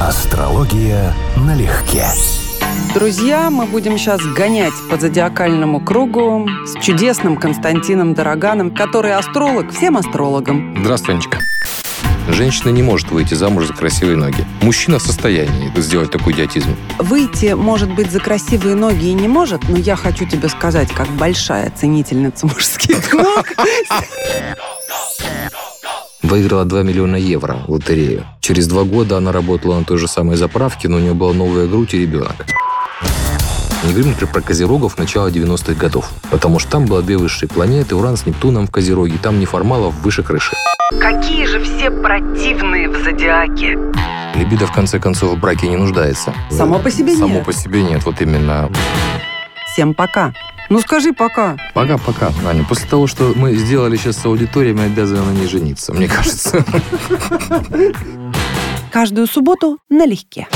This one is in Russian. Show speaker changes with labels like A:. A: Астрология налегке.
B: Друзья, мы будем сейчас гонять по зодиакальному кругу с чудесным Константином Дороганом, который астролог всем астрологам.
C: Здравствуй, Анечка. Женщина не может выйти замуж за красивые ноги. Мужчина в состоянии сделать такой идиотизм.
B: Выйти, может быть, за красивые ноги и не может, но я хочу тебе сказать, как большая ценительница мужских ног,
C: Выиграла 2 миллиона евро в лотерею. Через два года она работала на той же самой заправке, но у нее была новая грудь и ребенок. Не говорим, например, про Козерогов начала 90-х годов, потому что там было две высшие планеты, Уран с Нептуном в Козероге, там неформалов выше крыши.
B: Какие же все противные в зодиаке?
C: Либидо, в конце концов, в браке не нуждается.
B: Само по себе
C: Само
B: нет.
C: по себе нет, вот именно.
B: Всем пока. Ну скажи пока.
C: Пока-пока, Аня. После того, что мы сделали сейчас с аудиторией, мы обязаны на ней жениться, мне кажется.
B: Каждую субботу налегке.